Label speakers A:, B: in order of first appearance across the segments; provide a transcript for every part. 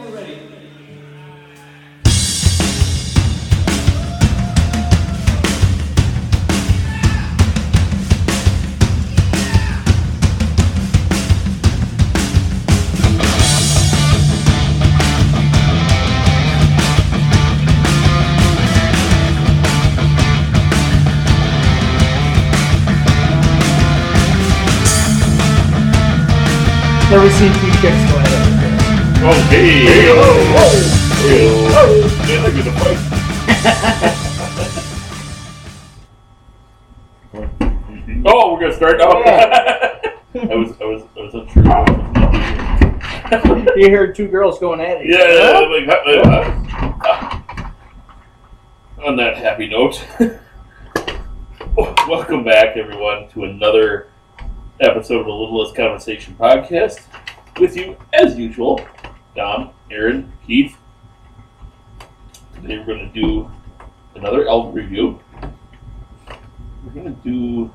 A: we're ready.
B: Let me see if you chicks go ahead.
C: Oh, hey!
D: Oh, we're gonna start now. I was, I was, I was unsure.
B: You heard two girls going at it.
D: yeah, I'm like, uh, uh, uh, on that happy note, oh, welcome back, everyone, to another episode of the Little Less Conversation podcast. With you, as usual, Dom, Aaron, Keith. Today we're gonna do another album review. We're gonna do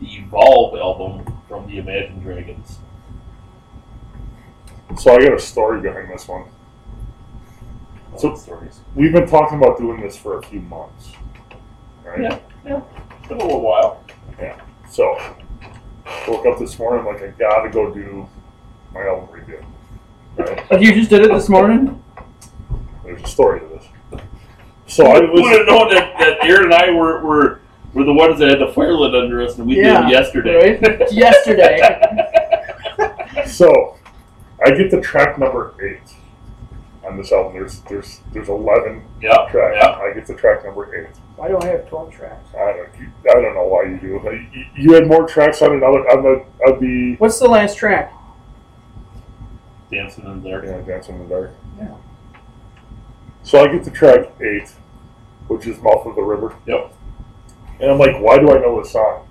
D: the Evolve album from the Imagine Dragons.
C: So I got a story behind this one.
D: So stories.
C: We've been talking about doing this for a few months, right?
D: Yeah. It's been a little while.
C: So woke up this morning like I gotta go do my album review. Right?
B: You just did it this morning?
C: There's a story to this. So I
D: I would
C: was
D: have known that, that Aaron and I were, were were the ones that had the fire lit under us, and we
B: Yeah,
D: did it yesterday.
B: Yesterday.
C: so I get to track number eight on this album. There's there's there's eleven
D: yeah,
C: tracks.
D: yeah.
C: I get to track number eight.
B: Why do I have 12 tracks?
C: I don't. you- I don't know why you do. it. You- You had more tracks on another on the on the
B: What's the last track?
D: Dancing in there.
C: yeah, Dance in the Dark.
B: Yeah.
C: So I get to track eight, which is Mouth of the River.
D: Yep.
C: And I'm like, why do I know this song?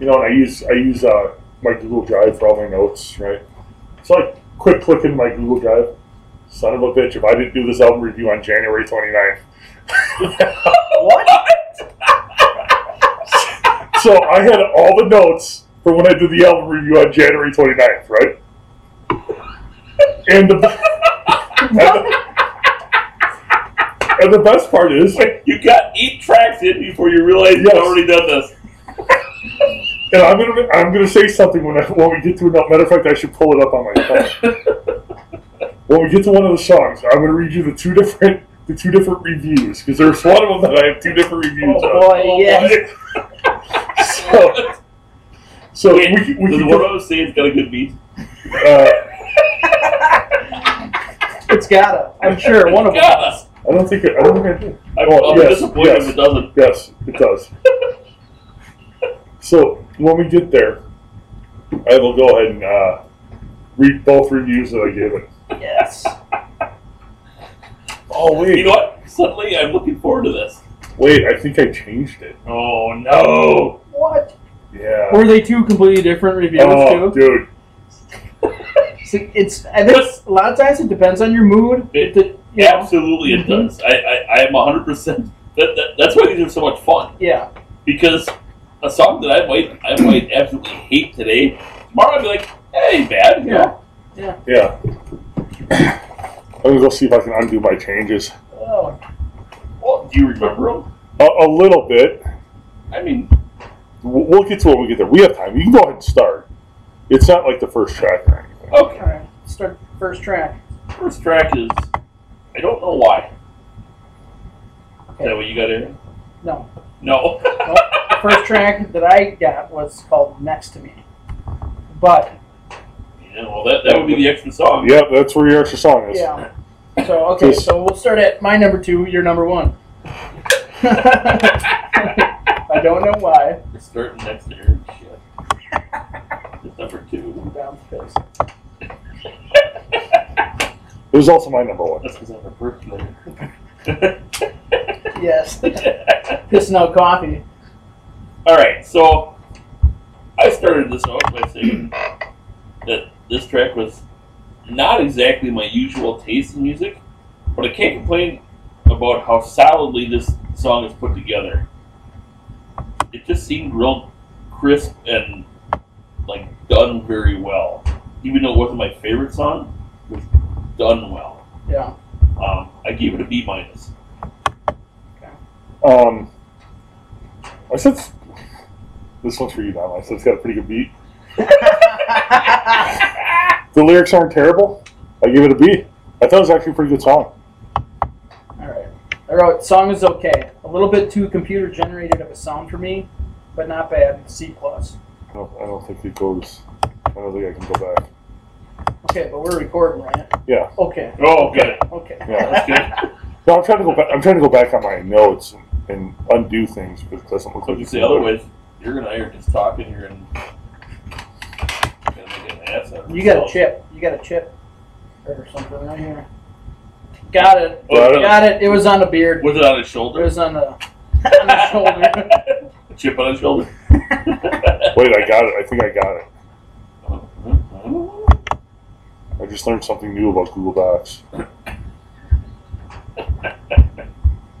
C: You know, and I use I use uh, my Google Drive for all my notes, right? So I quick click in my Google Drive. Son of a bitch! If I didn't do this album review on January 29th, So I had all the notes for when I did the album review on January 29th, right? And the, and the, and the best part is, and
D: You got eight tracks in before you realized you'd
C: Yes.
D: already done this.
C: I'm gonna I'm gonna say something when I, when we get to another. Matter of fact, I should pull it up on my phone. when we get to one of the songs, I'm gonna read you the two different the two different reviews because there's one of them that I have two different reviews
B: Oh, boy, yes.
C: on. So, so
D: Wait,
C: we, can- we
D: does
C: can
D: one of them say it's got a good beat?
C: get, uh,
B: It's gotta. I'm sure one of them.
D: Yeah.
C: I don't think it, I don't think I did.
D: I'm,
C: Oh,
D: I'm
C: yes,
D: disappointed
C: yes.
D: if it doesn't.
C: Yes, it does. so when we get there, I will go ahead and uh, read both reviews that I gave it.
B: Yes.
C: Oh wait,
D: You know what? Suddenly, I'm looking forward to this.
C: wait! I think I changed it.
D: Oh no!
B: What?
C: Yeah.
E: Were they two completely different reviews
C: Oh,
E: too?
C: dude.
D: Oh.
E: See, it's I think a lot of times it depends on your mood.
D: It-
E: It- you know,
D: Absolutely, it
B: Mm-hmm.
E: Mhm.
D: does. I, I, I am 100. percent that, that That's why these are so much fun.
E: yeah.
D: because a song that I might I might absolutely hate today, tomorrow I'd be like, hey, bad. you know?
C: Yeah. I'm gonna go see if I can undo my changes
E: Oh,
D: Well, do you remember them?
C: a, a little bit.
D: I mean,
C: We'll we'll get to it when we get there. We have time. You can go ahead and start. It's not like the first track or anything.
D: okay.
E: all right. Start first track.
D: First track is I don't know why. Is that what you got in?
E: No,
D: No.
E: the first track that I got was called "Next to Me," but
D: yeah, well, that, that would be the extra song.
C: Yeah, that's where your extra song is.
E: yeah. So okay, so we'll start at my number two, your number one. I don't know why.
D: It's starting next to Aaron shit. It's number two.
E: Down because
C: It was also my number one.
D: That's because I'm a bricklayer.
E: yes, this no coffee.
D: All right, so I started this off by saying that this track was not exactly my usual taste in music, but I can't complain about how solidly this song is put together. It just seemed real crisp and like done very well. Even though it wasn't my favorite song, it was done well.
E: Yeah.
D: Um, I gave it a B minus.
C: Um, I said s- this one's for you, Don. I said it's got a pretty good beat. The lyrics aren't terrible. I gave it a B. I thought it was actually a pretty good song.
E: All right. I wrote song is okay. A little bit too computer generated of a sound for me, but not bad. C plus.
C: I don't, I don't think it goes. I don't think I can go back.
E: Okay, but we're recording, right?
C: Yeah.
E: Okay.
D: Oh, good.
E: Okay.
C: Yeah,
D: That's good.
C: No, I'm trying to go back. I'm trying to go back on my notes and undo things, but it doesn't look like
D: Because the other way, you're and I are just talking here and gonna make an ass out of
E: You got a
D: ourselves.
E: chip. You got a chip or something right here. Got it.
D: Got it.
E: Got it. It was on the beard.
D: Was it on his
E: It
D: shoulder?
E: was on the, on the shoulder.
D: a chip on his shoulder.
C: Wait, I got it. I think I got it. I just learned something new about Google Docs.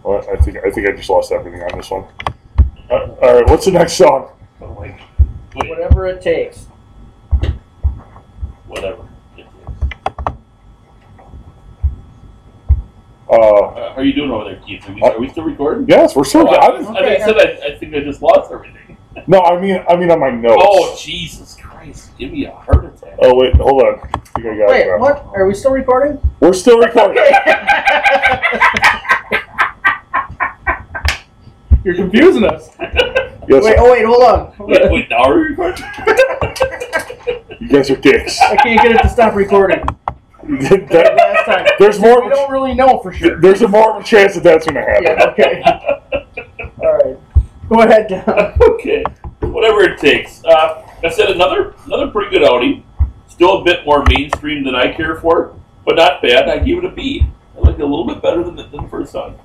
C: Well, I think I think I just lost everything on this one. Uh, all right, what's the next song?
D: oh my. Wait, whatever.
E: Whatever it takes.
D: it is.
C: Uh,
D: Uh, how are you doing over there, Keith? Are we, are we still recording?
C: yes, we're still.
D: Oh, I,
C: I
D: was-
C: didn't-
D: I think I said I, I think I just lost everything.
C: no, I mean I mean on my notes.
D: Oh Jesus Christ! Give me a heart attack.
C: Oh, wait, hold on. I think I got it.
E: Wait,
C: now.
E: what? Are we still recording?
C: We're still recording.
E: You're confusing us.
C: Yes,
E: Wait, oh wait, hold on.
D: Wait, wait, now are we recording?
C: you guys are dicks.
E: I can't get it to stop recording. Like
C: That-
E: Last time.
C: there's more.
E: We don't really know for sure.
C: There's a more of a chance that that's gonna happen.
E: Yeah, okay. All right. Go ahead, Don.
D: okay, whatever it takes. Uh, I said another another pretty good outing. Still a bit more mainstream than I care for, but not bad. I give it a B. I like it a little bit better than the, than the first song.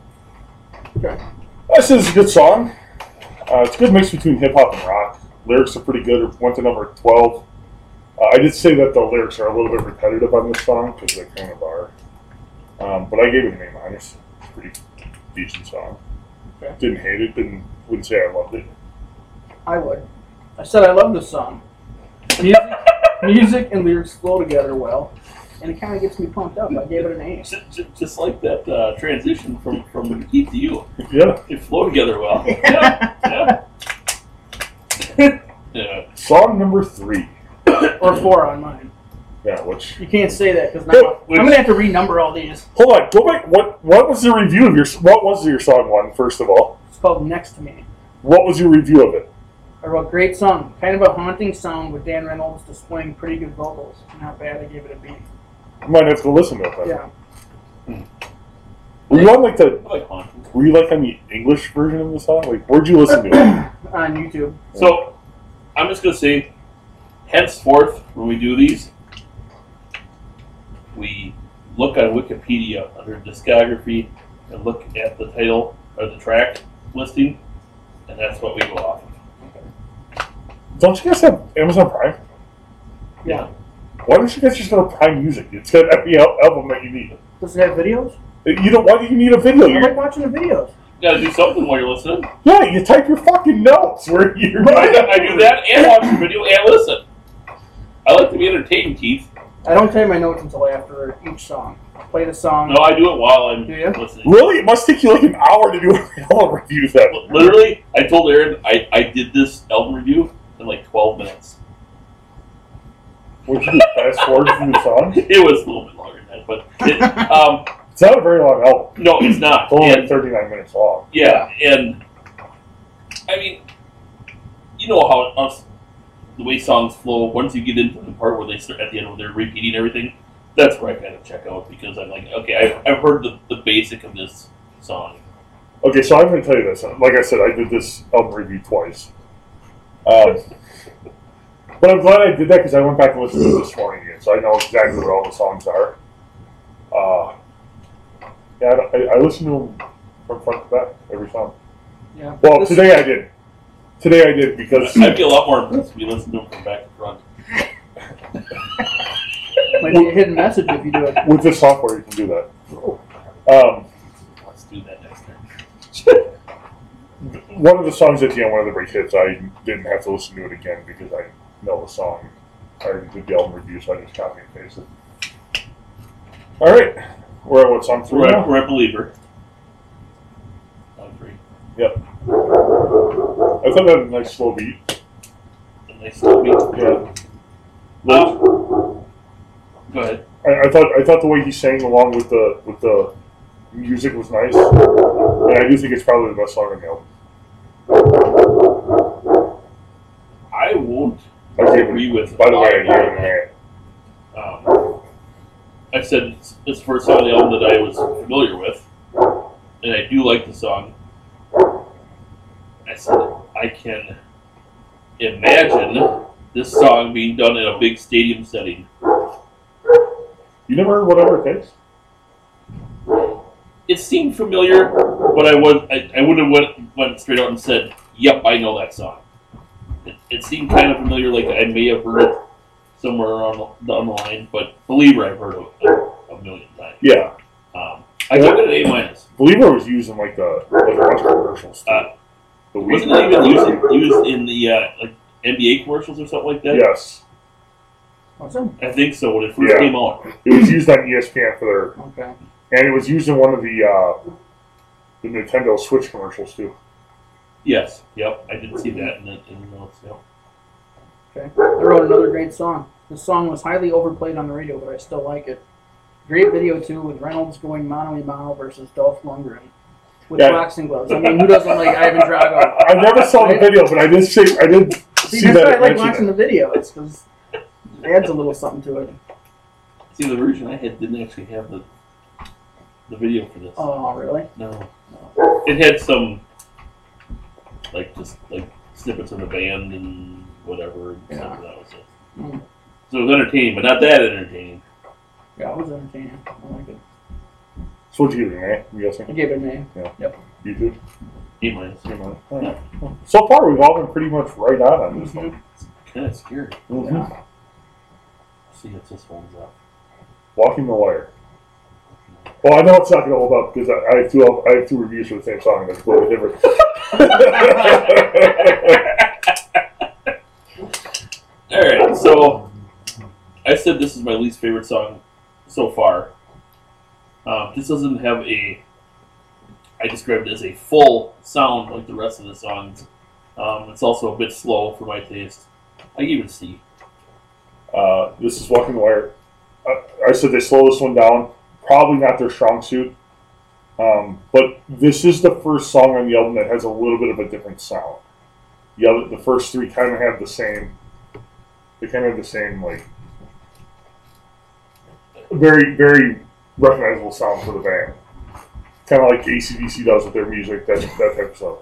C: This is a good song. Uh, it's a good mix between hip hop and rock. Lyrics are pretty good. It Went to number twelve. Uh, I did say that the lyrics are a little bit repetitive on this song because they kind of are. Um, but I gave it an A minus. It's a pretty decent song.
E: Okay.
C: Didn't hate it. Didn't wouldn't say I loved it.
E: I would. I said I love this song. Music, music and lyrics flow together well, and it kind of gets me pumped up. I gave it an A.
D: Just, just, just like that uh, transition from from Keith to you,
C: Yeah,
D: it flowed together well. Yeah, yeah. yeah.
C: song number three.
E: Or four on mine.
C: Yeah, which
E: You can't say that because now I'm gonna have to renumber all these.
C: hold on, go back. What what was the review of your what was your song one first of all?
E: It's called Next to Me.
C: What was your review of it?
E: I wrote great song, kind of a haunting sound with Dan Reynolds displaying pretty good vocals. Not bad. I gave it a B.
C: I might have to listen to it. Then.
E: Yeah.
C: Were you on like the
D: I like haunting.
C: Were you like on the English version of the song? Like, where'd you listen to it?
E: On YouTube.
D: So, I'm just gonna say, henceforth, when we do these, we look on Wikipedia under discography and look at the title or the track listing, and that's what we go off. of.
C: Don't you guys have Amazon Prime?
E: Yeah.
C: Why don't you guys just go to Prime Music? It's got every al- album that you need.
E: Does it have videos?
C: You don't. Why do you need a video?
E: I like
C: You're,
E: watching the videos.
D: You gotta do something while you're listening.
C: yeah, you type your fucking notes where you're.
D: I, I do that and watch the video and listen. I like to be entertained, Keith.
E: I don't type my notes until after each song. I play the song.
D: No, I do it while I'm
E: Do you?
D: listening.
C: Really, it must take you like an hour to do an album review. Then
D: Literally, I told Aaron I, I did this album review in like 12 minutes.
C: would you do, fast forward through the song?
D: It was a little bit longer than that, but it, um,
C: It's not a very long album.
D: No, it's not.
C: It's only like
D: And,
C: thirty nine minutes long.
D: yeah, and I mean, you know how us, the way songs flow. Once you get into the part where they start at the end, where they're repeating everything, that's where I kind of check out because I'm like, okay, I've, I've heard the, the basic of this song.
C: Okay, so I'm going to tell you this. Like I said, I did this album review twice. Um, but I'm glad I did that because I went back and listened to it this morning again, so I know exactly what all the songs are. Uh, yeah, I, don't- I, I listen to them from front to back, every song.
E: Yeah.
C: Well,
E: This-
C: today I did. Today I did because
D: I'd be a lot more impressed if you listened to them from back to front.
E: might be a hidden message if you do it.
C: with this software you can do that. Um,
D: Let's do that next time.
C: one of the songs at the end, one of the break hits, I didn't have to listen to it again because I know the song. I already did the album review, so I just copy and paste it. All right, we're at what song
D: So
C: three
D: we're,
C: now?
D: at, we're at Believer. On three.
C: Yep. I thought that had a nice slow beat.
D: And they still beat.
C: Yeah.
D: Um, go ahead.
C: I, I thought I thought the way he sang along with the with the music was nice, and I do think it's probably the best song on the album.
D: I won't
C: I gave
D: agree
C: it.
D: with.
C: By the way, I gave it an eight.
D: Um, I said it's, it's the first song on the album that I was familiar with, and I do like the song. I said I can imagine this song being done in a big stadium setting.
C: You never heard whatever it takes.
D: It seemed familiar, but I would I, I would have went went straight out and said, "Yep, I know that song." It, it seemed kind of familiar, like I may have heard it somewhere around the, down the line, but believer I've heard it a, a million times.
C: Yeah,
D: Um, I give it an A minus.
C: Believer was used in like the like a bunch of commercials. too.
D: Uh,
C: the weed
D: Wasn't it even used, used in the uh, like NBA commercials or something like that?
C: Yes,
E: Awesome.
D: I think so when it first
C: Yeah.
D: came out.
C: it was used on E ESPN for
E: Okay.
C: their, and it was used in one of the uh, the Nintendo Switch commercials too.
D: Yes. Yep. I did see that in the, in the notes. Yep.
E: Okay. I wrote another great song. The song was highly overplayed on the radio, but I still like it. Great video too, with Reynolds going mano a mano versus Dolph Lundgren with
C: Yeah.
E: boxing gloves. I mean, who doesn't like Ivan Drago?
C: I never saw the video, but I did see I did
E: See,
C: see
E: that's why I
C: that.
E: like
C: it
E: watching
C: mentioned
E: the video. It's because it adds a little something to it.
D: See, the version I had didn't actually have the the video for this.
E: Oh, really?
D: No. no. It had some like just like snippets of the band and whatever. And stuff, that was it.
E: Mm.
D: So it was entertaining, but not that entertaining.
E: Yeah, it was entertaining. I like it.
C: it. So what'd you give it, man? I'm guessing
E: I gave it an A.
C: you did.
D: A minus.
C: You know. Alright. So far, we've all been pretty much right on on this one.
D: Kind of scary.
E: Mm-hmm.
C: Mhm.
D: See if this one's up.
C: Walking the wire. Well, I know it's not going to hold up because I, I have two I have two reviews for the same song and it's a little different.
D: All right, so I said this is my least favorite song so far. Um, this doesn't have a. I described it as a full sound like the rest of the songs. Um, it's also a bit slow for my taste. I even see.
C: Uh, this is Walking the Wire. Uh, I, I said they slow this one down. Probably not their strong suit. Um, but this is the first song on the album that has a little bit of a different sound. The other, the first three kind of have the same. They kind of have the same like very very recognizable sound for the band. Kind of like ACDC does with their music. That that type of stuff.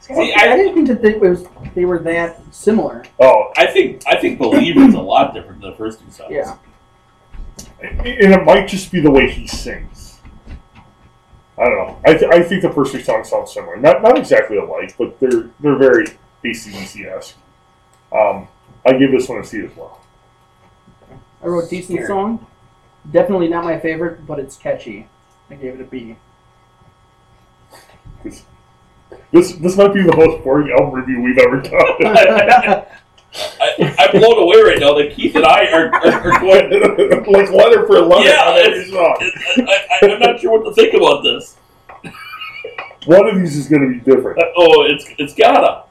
D: See,
E: I,
D: I,
E: didn't think it was they were that similar.
C: Oh,
D: I think I think Believe is a lot different than the first two songs.
E: Yeah.
C: and it might just be the way he sings. I don't know. I, th- I think the first three songs sound similar. Not not exactly alike, but they're they're very ACDC esque. Um, I give this one a C as well.
E: I wrote decent
B: Scary.
E: song. Definitely not my favorite, but it's catchy. I gave it a B.
C: This this, this might be the most boring album review we've ever done.
D: I, I'm blown away right now that Keith and I are, are, are going.
C: like letter for letter
D: Yeah,
C: on every song.
D: I, I, I'm not sure what to think about this.
C: One of these is going to be different.
D: Oh, it's it's gotta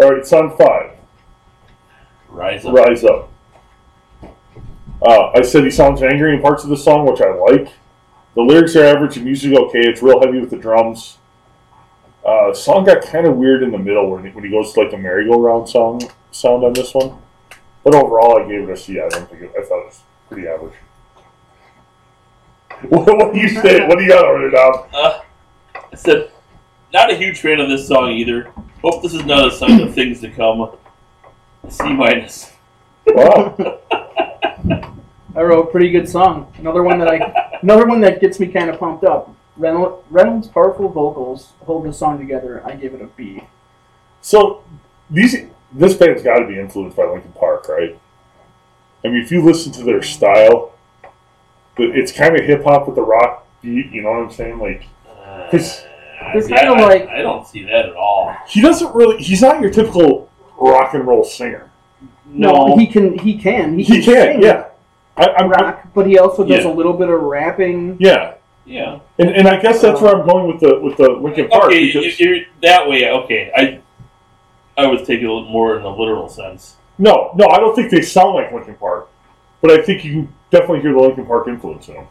C: All right, song five.
D: rise up.
C: Rise Up. Uh, I said he sounds angry in parts of the song, which I like. The lyrics are average, the music okay. It's real heavy with the drums. Uh, song got kind of weird in the middle when he, when he goes to like the merry-go-round song sound on this one. But overall, I gave it a C. I don't think it, I thought it was pretty average. What, what do you say? What do you got over there, Dom?
D: Uh, I said, Not a huge fan of this song either. Hope this is not a sign of things to come. C minus.
C: Wow.
E: I wrote a pretty good song. Another one that I, another one that gets me kind of pumped up. Reynolds, Reynolds' powerful vocals hold the song together. I give it a B.
C: So these this band's got to be influenced by Linkin Park, right? I mean, if you listen to their style, but it's kind of hip hop with the rock beat. You know what I'm saying? Like
D: Uh,
C: It's-
E: it's
D: I-
E: kinda
D: I-
E: like-
D: I don't see that at all.
C: he doesn't really. He's not your typical rock and roll singer.
D: No,
E: he can. He can. He can,
C: He can,
E: sing
C: yeah. I, I'm
E: rock, but he also does
D: Yeah.
E: a little bit of rapping.
C: yeah,
D: yeah.
C: and and I guess that's where I'm going with the with the Linkin Park
D: Okay,
C: because
D: if you're that way, okay. I I was taking it more in the literal sense.
C: no, no, I don't think they sound like Linkin Park, but I think you can definitely hear the Linkin Park influence in them.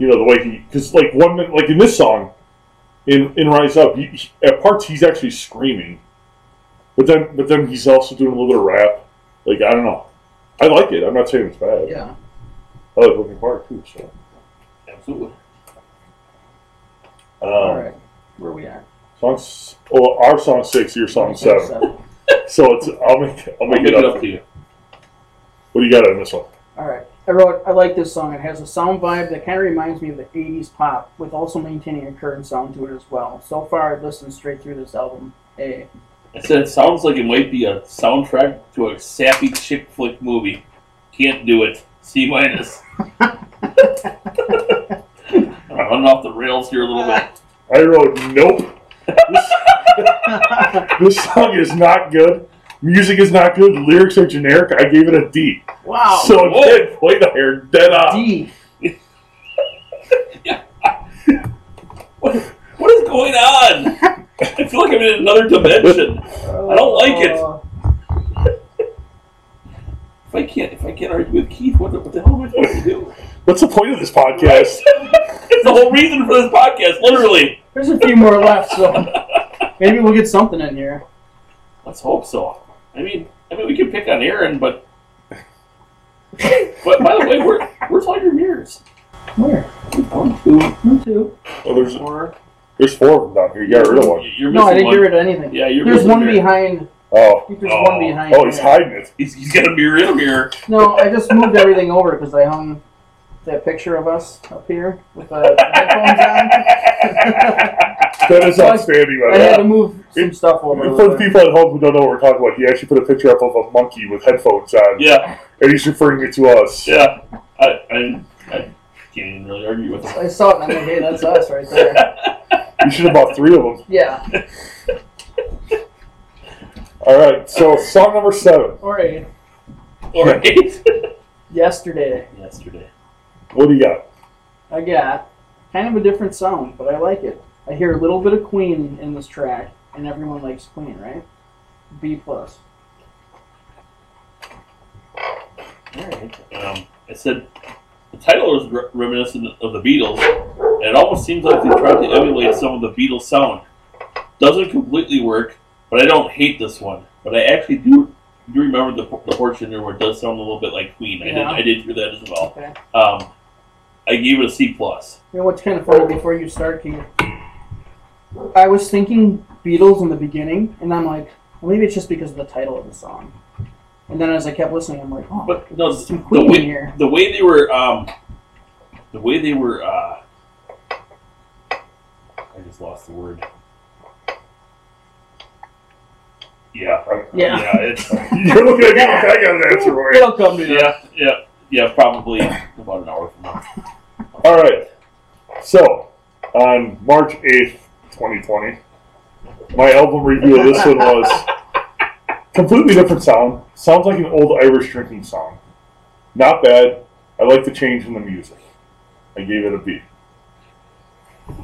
C: You know the way he because like one minute like in this song, in in Rise Up, he, he- at parts he's actually screaming, but then but then he's also doing a little bit of rap. Like I don't know, I like it. I'm not saying it's bad.
E: Yeah.
C: I like Linkin Park too. So.
D: Absolutely.
C: Um,
E: All right. Where we at?
C: Song, s- oh, our song six, your song seven. So it's I'll make I'll make
D: I'll
C: it
D: leave
C: up.
D: to you.
C: What do you got on this one?
E: All right. I wrote. I like this song. It has a sound vibe that kind of reminds me of the '80s pop, with also maintaining a current sound to it as well. So far, I've listened straight through this album. A.
D: I said it sounds like it might be a soundtrack to a sappy chick flick movie. Can't do it. C minus. I'm running off the rails here a little bit.
C: I wrote nope. This, this song is not good. Music is not good. Lyrics are generic. I gave it a D.
E: Wow.
C: so
D: whoa.
C: it did play the hair dead on.
E: Oh, D.
D: What, what is going on? I feel like I'm in another dimension.
E: I
D: don't like it.
E: Uh,
D: If I can't, if I can't argue with Keith, what the, what the hell am I supposed to do?
C: What's the point of this podcast?
D: It's the whole reason for this podcast, literally.
E: There's a few more left, so maybe we'll get something in here.
D: Let's hope so. I mean, I mean, we can pick on Aaron, but but by the way, where, where's all your mirrors?
E: Where?
D: One, two, one, two,
C: Oh, there's
D: four.
C: there's four of them down here. You got rid of one.
D: Y- You're missing
E: No, I didn't
D: one.
E: get rid of anything.
D: Yeah, you're
E: There's
D: missing
E: one
D: mirror.
E: behind. I
C: Oh,
E: think there's
D: Oh.
E: one behind.
C: oh, he's
E: there.
C: hiding it.
D: He's, he's got a mirror in a mirror.
E: No, I just moved everything over because I hung that picture of us up here with uh, the headphones on.
C: That is outstanding. by the
E: I
C: way.
E: had to move some stuff over.
C: And
E: a
C: For the
E: little bit.
C: people at home who don't know what we're talking about, he actually put a picture up of a monkey with headphones on,
D: Yeah,
C: and he's referring it to us.
D: yeah. I, I, I can't even really argue with him.
E: I saw it and I'm like, hey, that's us right there.
C: You should have bought three of them.
E: Yeah.
C: All right, so song number seven.
E: All right.
D: All right.
E: Yesterday,
D: Yesterday.
C: What do you got?
E: I got kind of a different sound, but I like it. I hear a little bit of Queen in this track, and everyone likes Queen, right? B plus.
D: All right. Um, I said the title is re- reminiscent of the Beatles, and it almost seems like they tried to emulate some of the Beatles sound. Doesn't completely work, but I don't hate this one. But I actually do do remember the, por- the portion there where it does sound a little bit like Queen. I did
E: Yeah.
D: I did hear that as well.
E: Okay.
D: Um, I gave it a C plus.
E: You know what's kind of funny before you start, Keith? I was thinking Beatles in the beginning, and I'm like, well, maybe it's just because of the title of the song. And then as I kept listening, I'm like, oh,
D: But no,
E: there's some
D: the
E: Queen
D: way,
E: here.
D: the way they were, um, the way they were, uh, I just lost the word. Yeah,
C: I'm-
E: Yeah.
D: yeah, it's,
C: You're looking at me like I got an answer for you.
E: It'll come to you.
D: yeah, yeah, yeah, probably about an hour from now.
C: All right. So, on March 8th, 2020, my album review of this one was completely different sound. Sounds like an old Irish drinking song. Not bad. I like the change in the music. I gave it a B.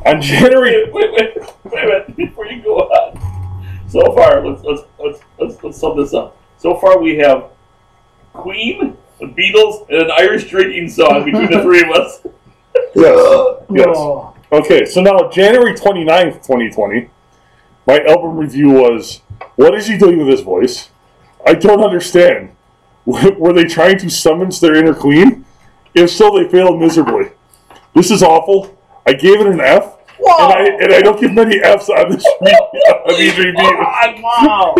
C: On January,
D: Wait, wait, wait, wait a minute before you go on. So far, let's let's let's let's, let's sum this up. So far, we have Queen, the Beatles, and an Irish drinking song between the three of us.
C: yes, yes.
E: Oh,
C: Okay, so now January 29th, 2020, my album review was What is he doing with his voice? I don't understand. Were they trying to summons their inner queen? If so, they failed miserably. This is awful. I gave it an F. And I and I don't give many F's on this re- on E these reviews.
E: Wow.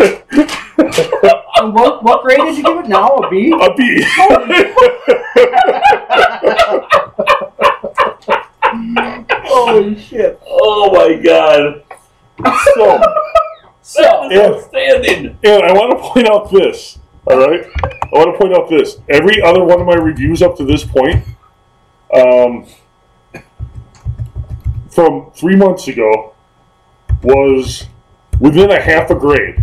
E: And what, what grade did you give it now? A B?
C: A B.
E: Holy shit.
D: Oh my god.
C: so,
D: That is
C: Yeah.
D: outstanding.
C: and I want to point out this. All right, I want to point out this. Every other one of my reviews up to this point, um, from three months ago, was within a half a grade.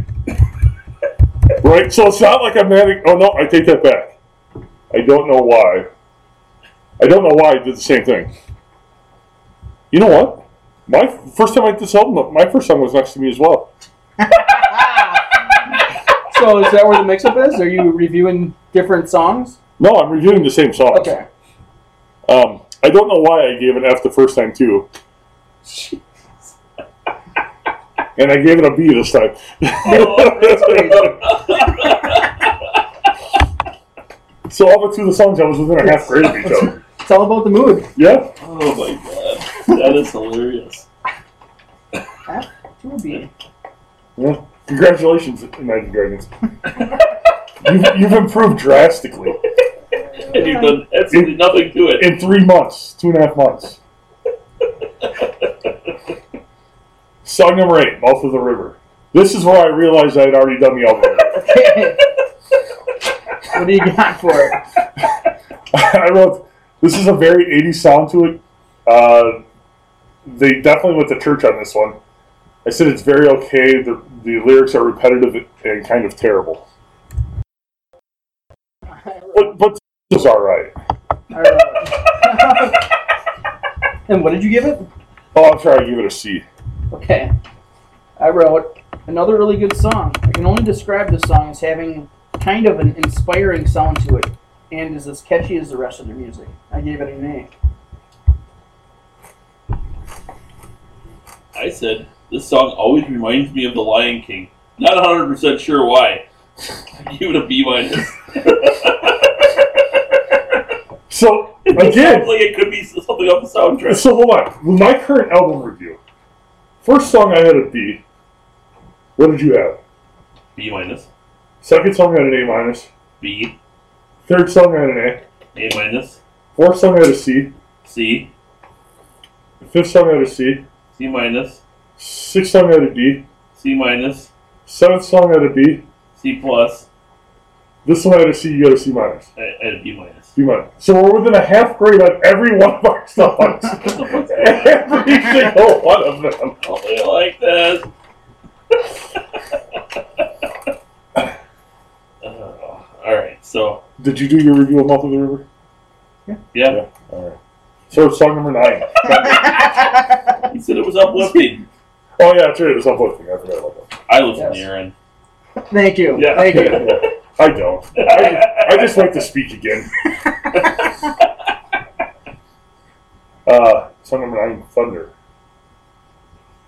C: right, so it's not like I'm adding. Oh no, I take that back. I don't know why. I don't know why I did the same thing. You know what? My first time I did this album, my first time was next to me as well.
E: So is that where the mix-up is? Are you reviewing different songs?
C: No, I'm reviewing the same songs.
E: Okay.
C: Um, I don't know why I gave an F the first time too. and I gave it a B this time. so all but two of the songs I was within a half grade of each other.
E: It's all about the mood.
C: Yeah,
D: Oh my god. That is hilarious.
E: F to a B.
C: yeah. Congratulations, Imagine Dragons. you've, you've improved drastically
D: And you've done absolutely nothing to it.
C: in three months, two and a half months. Song number eight, Mouth of the River. This is where I realized I'd already done the album.
E: what do you got for it?
C: I wrote, this is a very 80s sound to it. Uh, they definitely went to church on this one. I said it's very okay. The, the lyrics are repetitive and kind of terrible. But, but it's all right.
E: I don't know. and what did you give it?
C: Oh, I'm sorry, I gave it a C.
E: Okay. I wrote another really good song. I can only describe this song as having kind of an inspiring sound to it and is as catchy as the rest of their music. I gave it an A.
D: I said, this song always reminds me of The Lion King. Not 100% sure why. I give it a B minus.
C: So,
D: It sounds
C: again,
D: like it could be something off the soundtrack.
C: so hold on. With my current album review, first song I had a B. What did you have?
D: B minus.
C: Second song I had an A minus.
D: B.
C: Third song I had an A.
D: A minus.
C: Fourth song I had a C.
D: C.
C: Fifth song I had a C.
D: C minus.
C: Sixth song out of D.
D: C minus.
C: Seventh song out of B.
D: C plus.
C: This one out of C, you got a C minus.
D: I, I had a B minus.
C: B minus. So we're within a half grade on every one of our songs. every single one of them.
D: Oh, they like that. Oh, all right, so
C: Did you do your review of Mouth of the River?
D: yeah,
C: Alright. So it's song number nine.
D: he said it was uplifting.
C: oh yeah, that's right, it was uplifting. I forgot about that.
D: I listen
E: Yes.
D: to Aaron.
E: Thank you.
D: Yeah.
E: Thank you.
C: I don't. I, I just like to speak again. Uh, song number nine, Thunder.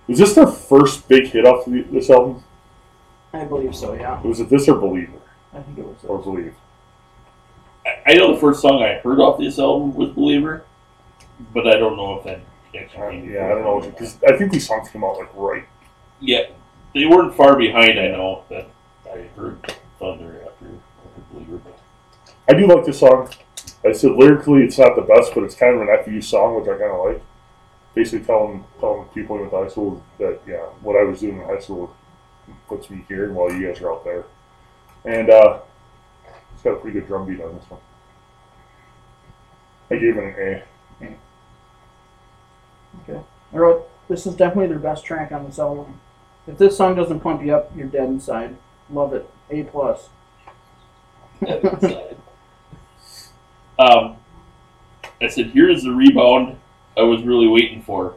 C: Is this their first big hit off the, this album?
E: I believe so, yeah.
C: Was it this or Believer?
E: I think it was.
C: Or Believe?
D: I- I know the first song I heard off this album was Believer, but I don't know if that
C: Uh,
D: actually. came
C: yeah, I don't know. Because I think these songs came out like right.
D: Yeah, they weren't far behind. I know that I heard Thunder after after Believer, but
C: I do like this song. I said lyrically, it's not the best, but it's kind of an FU song, which I kind of like. Basically, telling telling people in high school that yeah, what I was doing in high school puts me here, while you guys are out there. And uh, it's got a pretty good drum beat on this one. I gave it an
E: I wrote, this is definitely their best track on this album. If this song doesn't pump you up, you're dead inside. Love it. A plus.
D: Um, I said, here is the rebound I was really waiting for.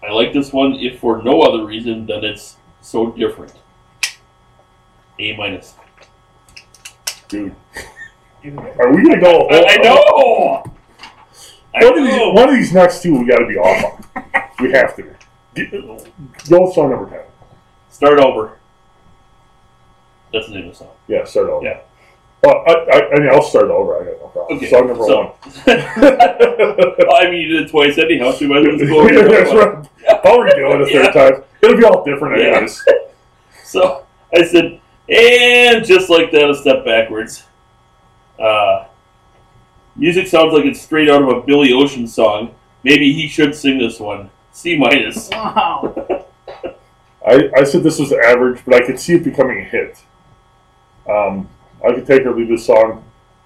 D: I like this one, if for no other reason than it's so different. A minus.
C: A, dude.
E: Dude.
C: Are we gonna go?
D: I, I know. I
C: One of, these,
D: know.
C: one of these next two, we got to be off on. We have to. Get- Go with song number ten.
D: Start over. That's the name of the song.
C: Yeah, start over.
D: Yeah.
C: Well, I, I, I mean, I'll start over. I got no problem.
D: Okay,
C: Song number one.
D: Well, I mean, you did it twice anyhow, so you might as well go
C: Yeah,
D: over
C: That's
D: it.
C: right. I'll redo it a third time. It'll be all different,
D: Yeah.
C: anyways.
D: So I said, and just like that, a step backwards. Uh, music sounds like it's straight out of a Billy Ocean song. Maybe he should sing this one. C minus.
E: Wow.
C: I, I said this was average, but I could see it becoming a hit. Um, I could take or leave this song.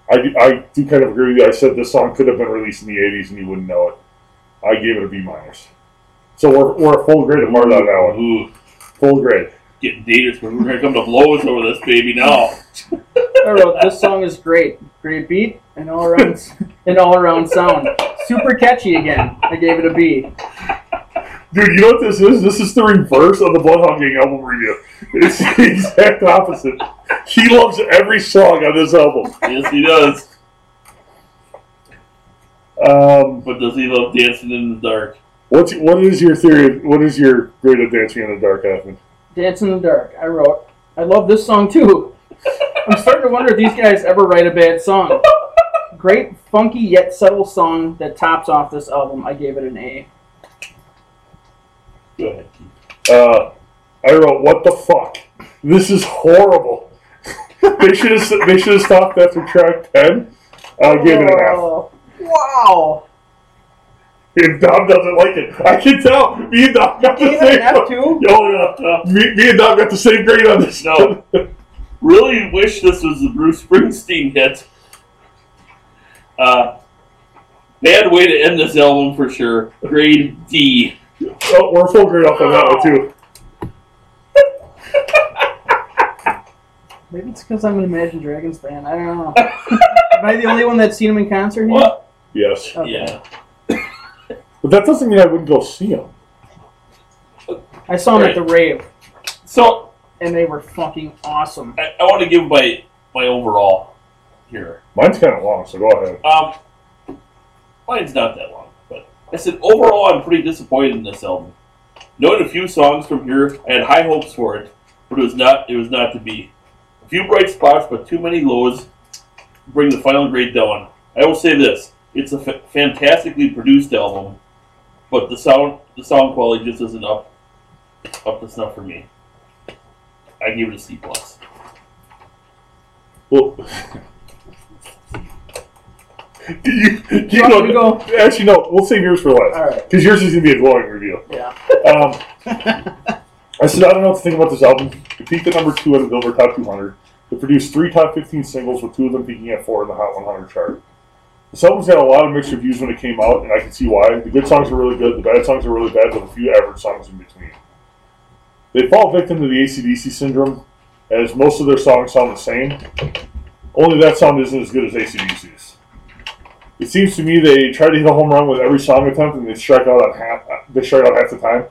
C: I, do- I do kind of agree with you. I said this song could have been released in the 80s and you wouldn't know it. I gave it a B minus. So we're, we're a full grade of Martin on that one.
D: Ooh,
C: Full grade.
D: getting dangerous. We're gonna come to blows over this baby now.
E: I wrote this song is great. Great beat and all around and all around sound. Super catchy again. I gave it a B.
C: Dude, you know what this is? This is the reverse of the Bloodhound Gang album review. It's the exact opposite. He loves every song on this album.
D: Yes, he does.
C: Um,
D: But does he love dancing in the dark?
C: what's, what is your theory? What is your grade of Dancing in the Dark, Hoffman?
E: Dance in the Dark. I wrote. I love this song too. I'm starting to wonder if these guys ever write a bad song. Great, funky yet subtle song that tops off this album. I gave it an A.
D: Go ahead.
C: Uh, I wrote, "What the fuck? This is horrible." they should have. They should have stopped after track ten. I'll give it an F.
E: Oh, Wow.
C: If Dom doesn't like it, I can tell. Me and Dom got the
E: Gave it an
C: same.
E: F too.
C: Yo, me, me and Dom got the same grade on this.
D: No. Really wish this was the Bruce Springsteen hit. Uh, bad way to end this album for sure. Grade D.
C: oh, we're full grade up on that one
E: Oh.
C: too.
E: Maybe it's because I'm an Imagine Dragons fan. I don't know. Am I the only one that's seen them in concert? Here?
D: What?
C: Yes,
E: Okay.
D: Yeah.
C: but that doesn't mean I wouldn't go see him.
E: I saw them at the rave,
D: So
E: and they were fucking awesome.
D: I, I want to give my my overall here.
C: Mine's kind of long, so go ahead.
D: Um, mine's not that long, but I said overall I'm pretty disappointed in this album. Knowing a few songs from here, I had high hopes for it, but it was not it was not to be. A few bright spots, but too many lows bring the final grade down. I will say this: it's a fa- fantastically produced album, but the sound the sound quality just isn't up up to snuff for me. I give it a C plus.
C: Well, you, you
E: Want me
C: know,
E: to go?
C: actually, no. We'll save yours for last
E: All right.
C: because yours is gonna be a glowing review.
E: Yeah.
C: Um, I said I don't know what to think about this album. It peaked at number two on the Billboard Top 200. It produced three top 15 singles, with two of them peaking at four in the Hot 100 chart. This album's got a lot of mixed reviews when it came out, and I can see why. The good songs are really good, the bad songs are really bad, with a few average songs in between. They fall victim to the ACDC syndrome, as most of their songs sound the same, only that sound isn't as good as ACDC's. It seems to me they try to hit a home run with every song attempt, and they strike out on half. uh, They strike out half the time.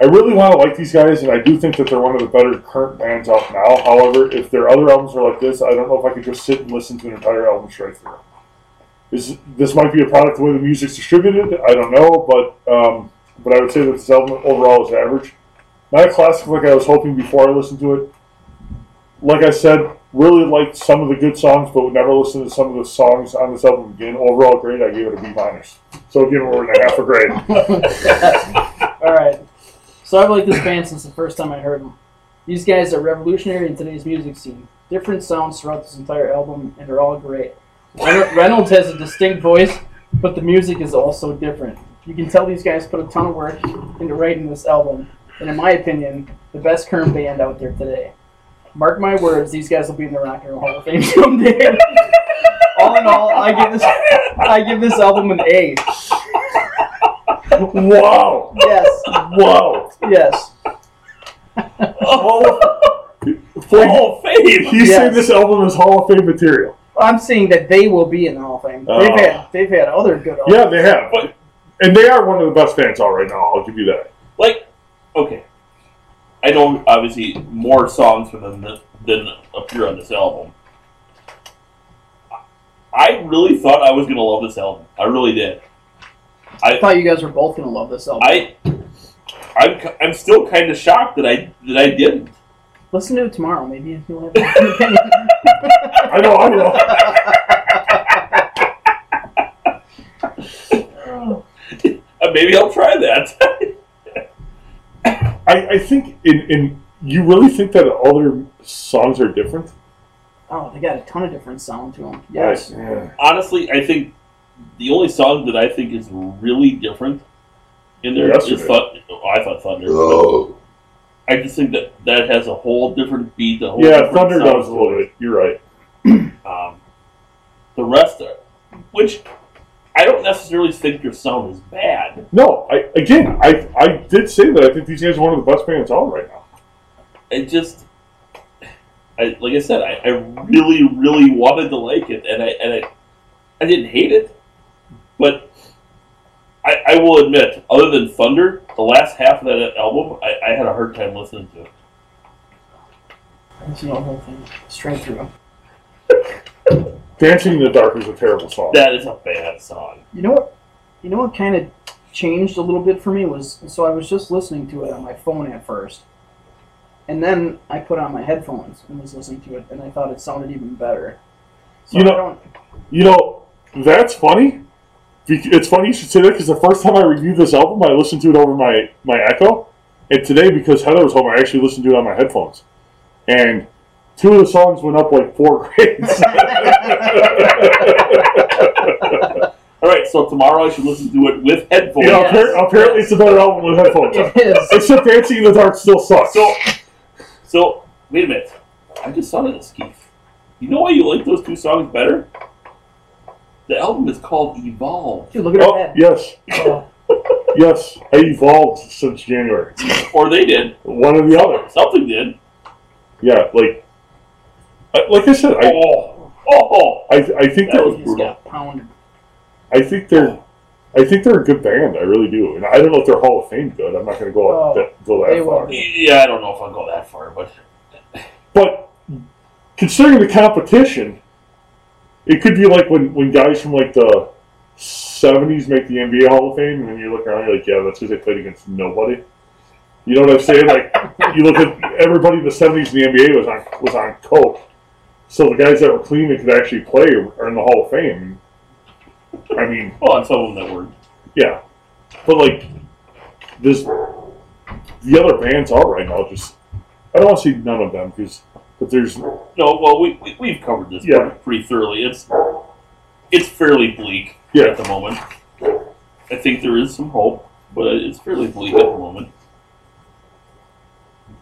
C: I really want to like these guys, and I do think that they're one of the better current bands out now. However, if their other albums are like this, I don't know if I could just sit and listen to an entire album straight through. This, this might be a product of the way the music's distributed. I don't know, but um, but I would say that this album overall is average. Not a classic like I was hoping before I listened to it. Like I said, really liked some of the good songs, but would never listen to some of the songs on this album again. Overall grade, I gave it a B minus. So give it over a half a grade.
E: All right. So I've liked this band since the first time I heard them. These guys are revolutionary in today's music scene. Different sounds throughout this entire album, and they're all great. Ren- Reynolds has a distinct voice, but the music is also different. You can tell these guys put a ton of work into writing this album, and in my opinion, the best current band out there today. Mark my words, these guys will be in the Rock and Roll Hall of Fame someday. all in all, I give this I give this album an A.
C: wow!
E: Yes,
C: Wow!
E: yes.
C: Hall of- Hall
D: Hall of Fame.
C: of- He's saying
E: Yes.
C: this album is Hall of Fame material.
E: I'm saying that they will be in the Hall of Fame.
C: Oh.
E: They've had they've had other good.
C: Yeah, they have.
D: But-
C: And they are one of the best bands out right now, I'll give you that.
D: like okay i know obviously more songs from them than, than appear on this album i really thought i was going to love this album i really did
E: I thought you guys were both gonna love this album.
D: i i'm, ki- I'm still kind of shocked that i that i didn't
E: Listen to it tomorrow. Maybe you'll have an opinion.
C: I know I will.
D: Uh, maybe I'll try that.
C: I, I think in, in you really think that all their songs are different?
E: Oh, they got a ton of different sound to them. Yes.
C: Like, yeah.
D: Honestly, I think the only song that I think is really different in there is
C: Yesterday.
D: Thun- oh, I thought Thunder. but I just think that that has a whole different beat. A whole
C: yeah,
D: different
C: Thunder
D: sound
C: does a
D: to
C: little
D: it.
C: bit. You're right.
D: Um, the rest are, which I don't necessarily think your sound is bad.
C: No, I again, I I did say that I think these guys are one of the best bands out right now.
D: It just, I like I said, I, I really, really wanted to like it, and I and I, I didn't hate it, but I, I will admit, other than Thunder, the last half of that album, I, I had a hard time listening to.
E: Listen to the whole thing straight through.
C: Dancing in the Dark is a terrible song.
D: That is a bad song.
E: You know what? You know what kind of changed a little bit for me was so I was just listening to it on my phone at first, and then I put on my headphones and was listening to it, and I thought it sounded even better. So
C: You know-
E: I don't.
C: You know, that's funny. Bec- It's funny you should say that because the first time I reviewed this album, I listened to it over my, my Echo. And today, because Heather was home, I actually listened to it on my headphones. And two of the songs went up like four grades.
D: All right, so tomorrow I should listen to it with headphones.
C: you know, appar- apparently, it's a better album with headphones on.
E: It is.
C: Except Dancing in the Dark still sucks.
D: So, so wait a minute. I just thought of this, Keith. You know why you like those two songs better? The album is called Evolve,
E: Dude, look at her
C: oh,
E: head.
C: yes,
E: Oh,
C: yes. I evolved since January.
D: or they did.
C: One or the other.
D: Something did.
C: Yeah, like, I- like I said, I,
D: Oh, oh,
C: I, I think
D: That
C: that
D: was
E: he
C: was
E: just
D: brutal.
E: got pounded.
C: I think they're, I think they're a good band. I really do, and I don't know if they're Hall of Fame good. I'm not going to go
E: Oh,
C: out that, go
E: they
C: that
E: will
C: far.
E: be.
D: yeah. I don't know if I'll go that far, but
C: But considering the competition, it could be like when, when guys from like the '70s make the NBA Hall of Fame, and then you look around, you're like, yeah, that's because they played against nobody. You know what I'm saying? Like, you look at everybody in the '70s in the NBA was on was on coke, so the guys that were clean and could actually play are in the Hall of Fame. I mean.
D: well, on some of them that were.
C: Yeah, but like this, the other bands are right now. Just I don't want to see none of them because but there's
D: No, well, we, we we've covered this
C: Yeah.
D: pretty thoroughly. It's it's fairly bleak
C: Yeah.
D: at the moment. I think there is some hope, but it's fairly bleak at the moment.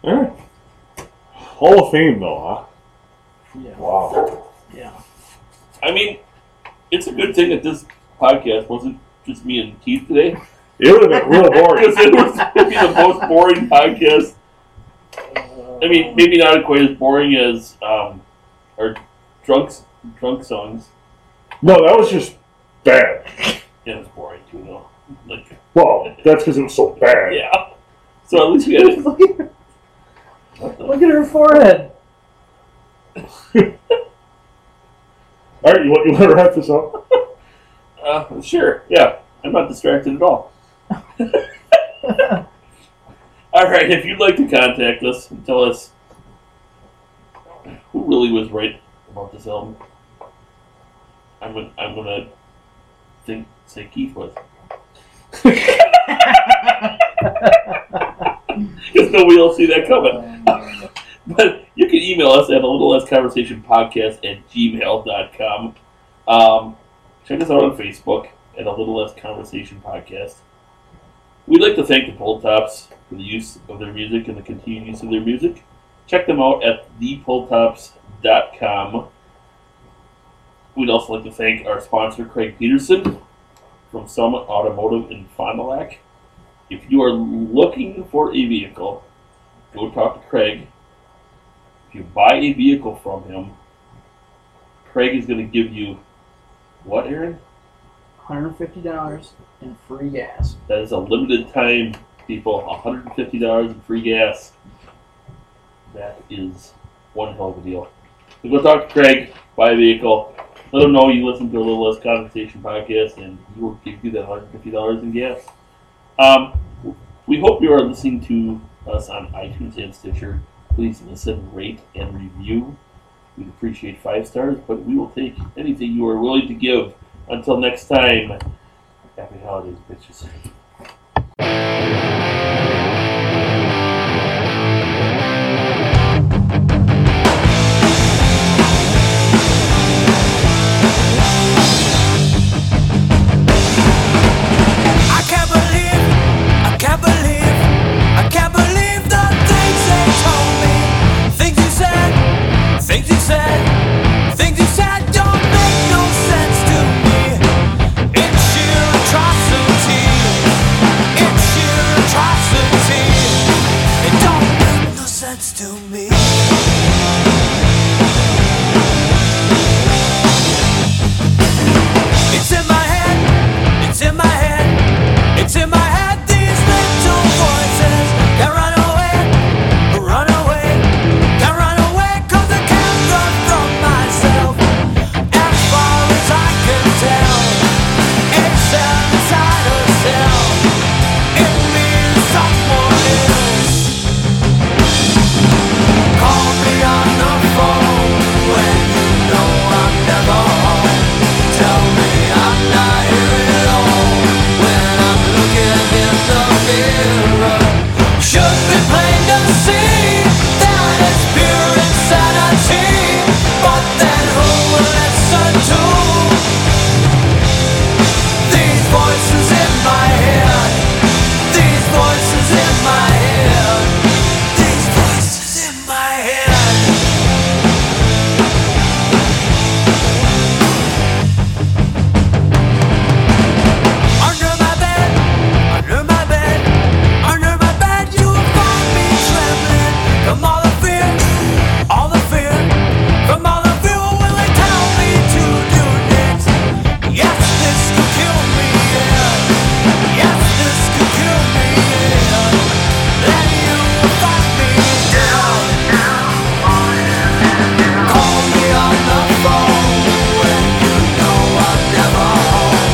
C: eh. Hall of Fame though,
E: Yeah.
C: huh? Wow.
E: Yeah.
D: I mean, it's a good thing that this podcast wasn't just me and Keith today.
C: It would have been real boring.
D: Because it was gonna be the most boring podcast. I mean, maybe not quite as boring as um, our drunks, drunk songs.
C: No, that was just bad.
D: Yeah, it was boring too, though. Like,
C: Well, that's because it was so bad.
D: yeah. So at least we had.
E: look, at her,
D: What the-
E: look at her forehead.
C: All right, you want you want to wrap this up?
D: Uh, sure. Yeah, I'm not distracted at all. all right. If you'd like to contact us and tell us who really was right about this album, I'm gonna, I'm gonna think say Keith was. Because nobody else see that coming. But you can email us at a little less conversation podcast at gmail.com. Um, Check us out on Facebook at a Little Less Conversation Podcast. We'd like to thank the Pull Tops for the use of their music and the continued use of their music. Check them out at thepultops.com. We'd also like to thank our sponsor, Craig Peterson from Summit Automotive in Fond du Lac. If you are looking for a vehicle, go talk to Craig. If you buy a vehicle from him, Craig is going to give you what, Aaron?
E: $150 and free gas.
D: That is a limited time, people. $150 in free gas. That is one hell of a deal. So go talk to Craig, buy a vehicle, let him know you listen to a little less conversation podcast, and he will give you that $150 in gas. Um, we hope you are listening to us on iTunes and Stitcher. Please listen, rate, and review. We'd appreciate five stars, but we will take anything you are willing to give. Until next time, happy holidays, bitches.
F: I can't believe, I can't believe, I can't believe the things they told me. Things you said, things you said, things you said don't make no sense to me. It's sheer atrocity. It's sheer atrocity. It don't make no sense to me. It's in my head, it's in my head, it's in my head, these little voices. Can't run away, run away, can't run away, cause I can't run from myself. As far as I can tell, it's an insider cell. It means someone else. Call me on the phone when you know I'm never home. Tell me I'm not here at all when I'm looking in the mirror. Should be plain to see that it's pure insanity. But then who will listen to these voices in my head? These voices in my head. These voices in my head. Under my bed, under my bed, under my bed, you will find me trembling from all the fear, all the fear, from all the fear. What will they tell me to do next? Yes, this could kill me. Yeah. Yes, this could kill me. Yeah. Then you will find me down. Call me on the phone when you know I'm never home.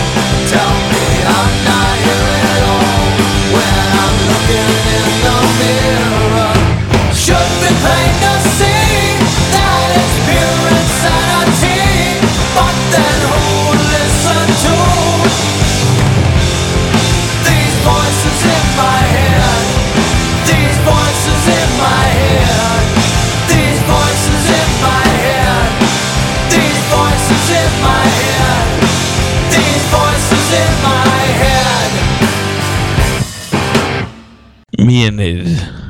F: Tell me I'm not here at all when I'm looking in the mirror. Should be plain to see that it's pure insanity, but then who will listen to these voices in my head? These voices in my head. These voices in my head. These voices in my head. These voices in my head.
G: Mayonnaise.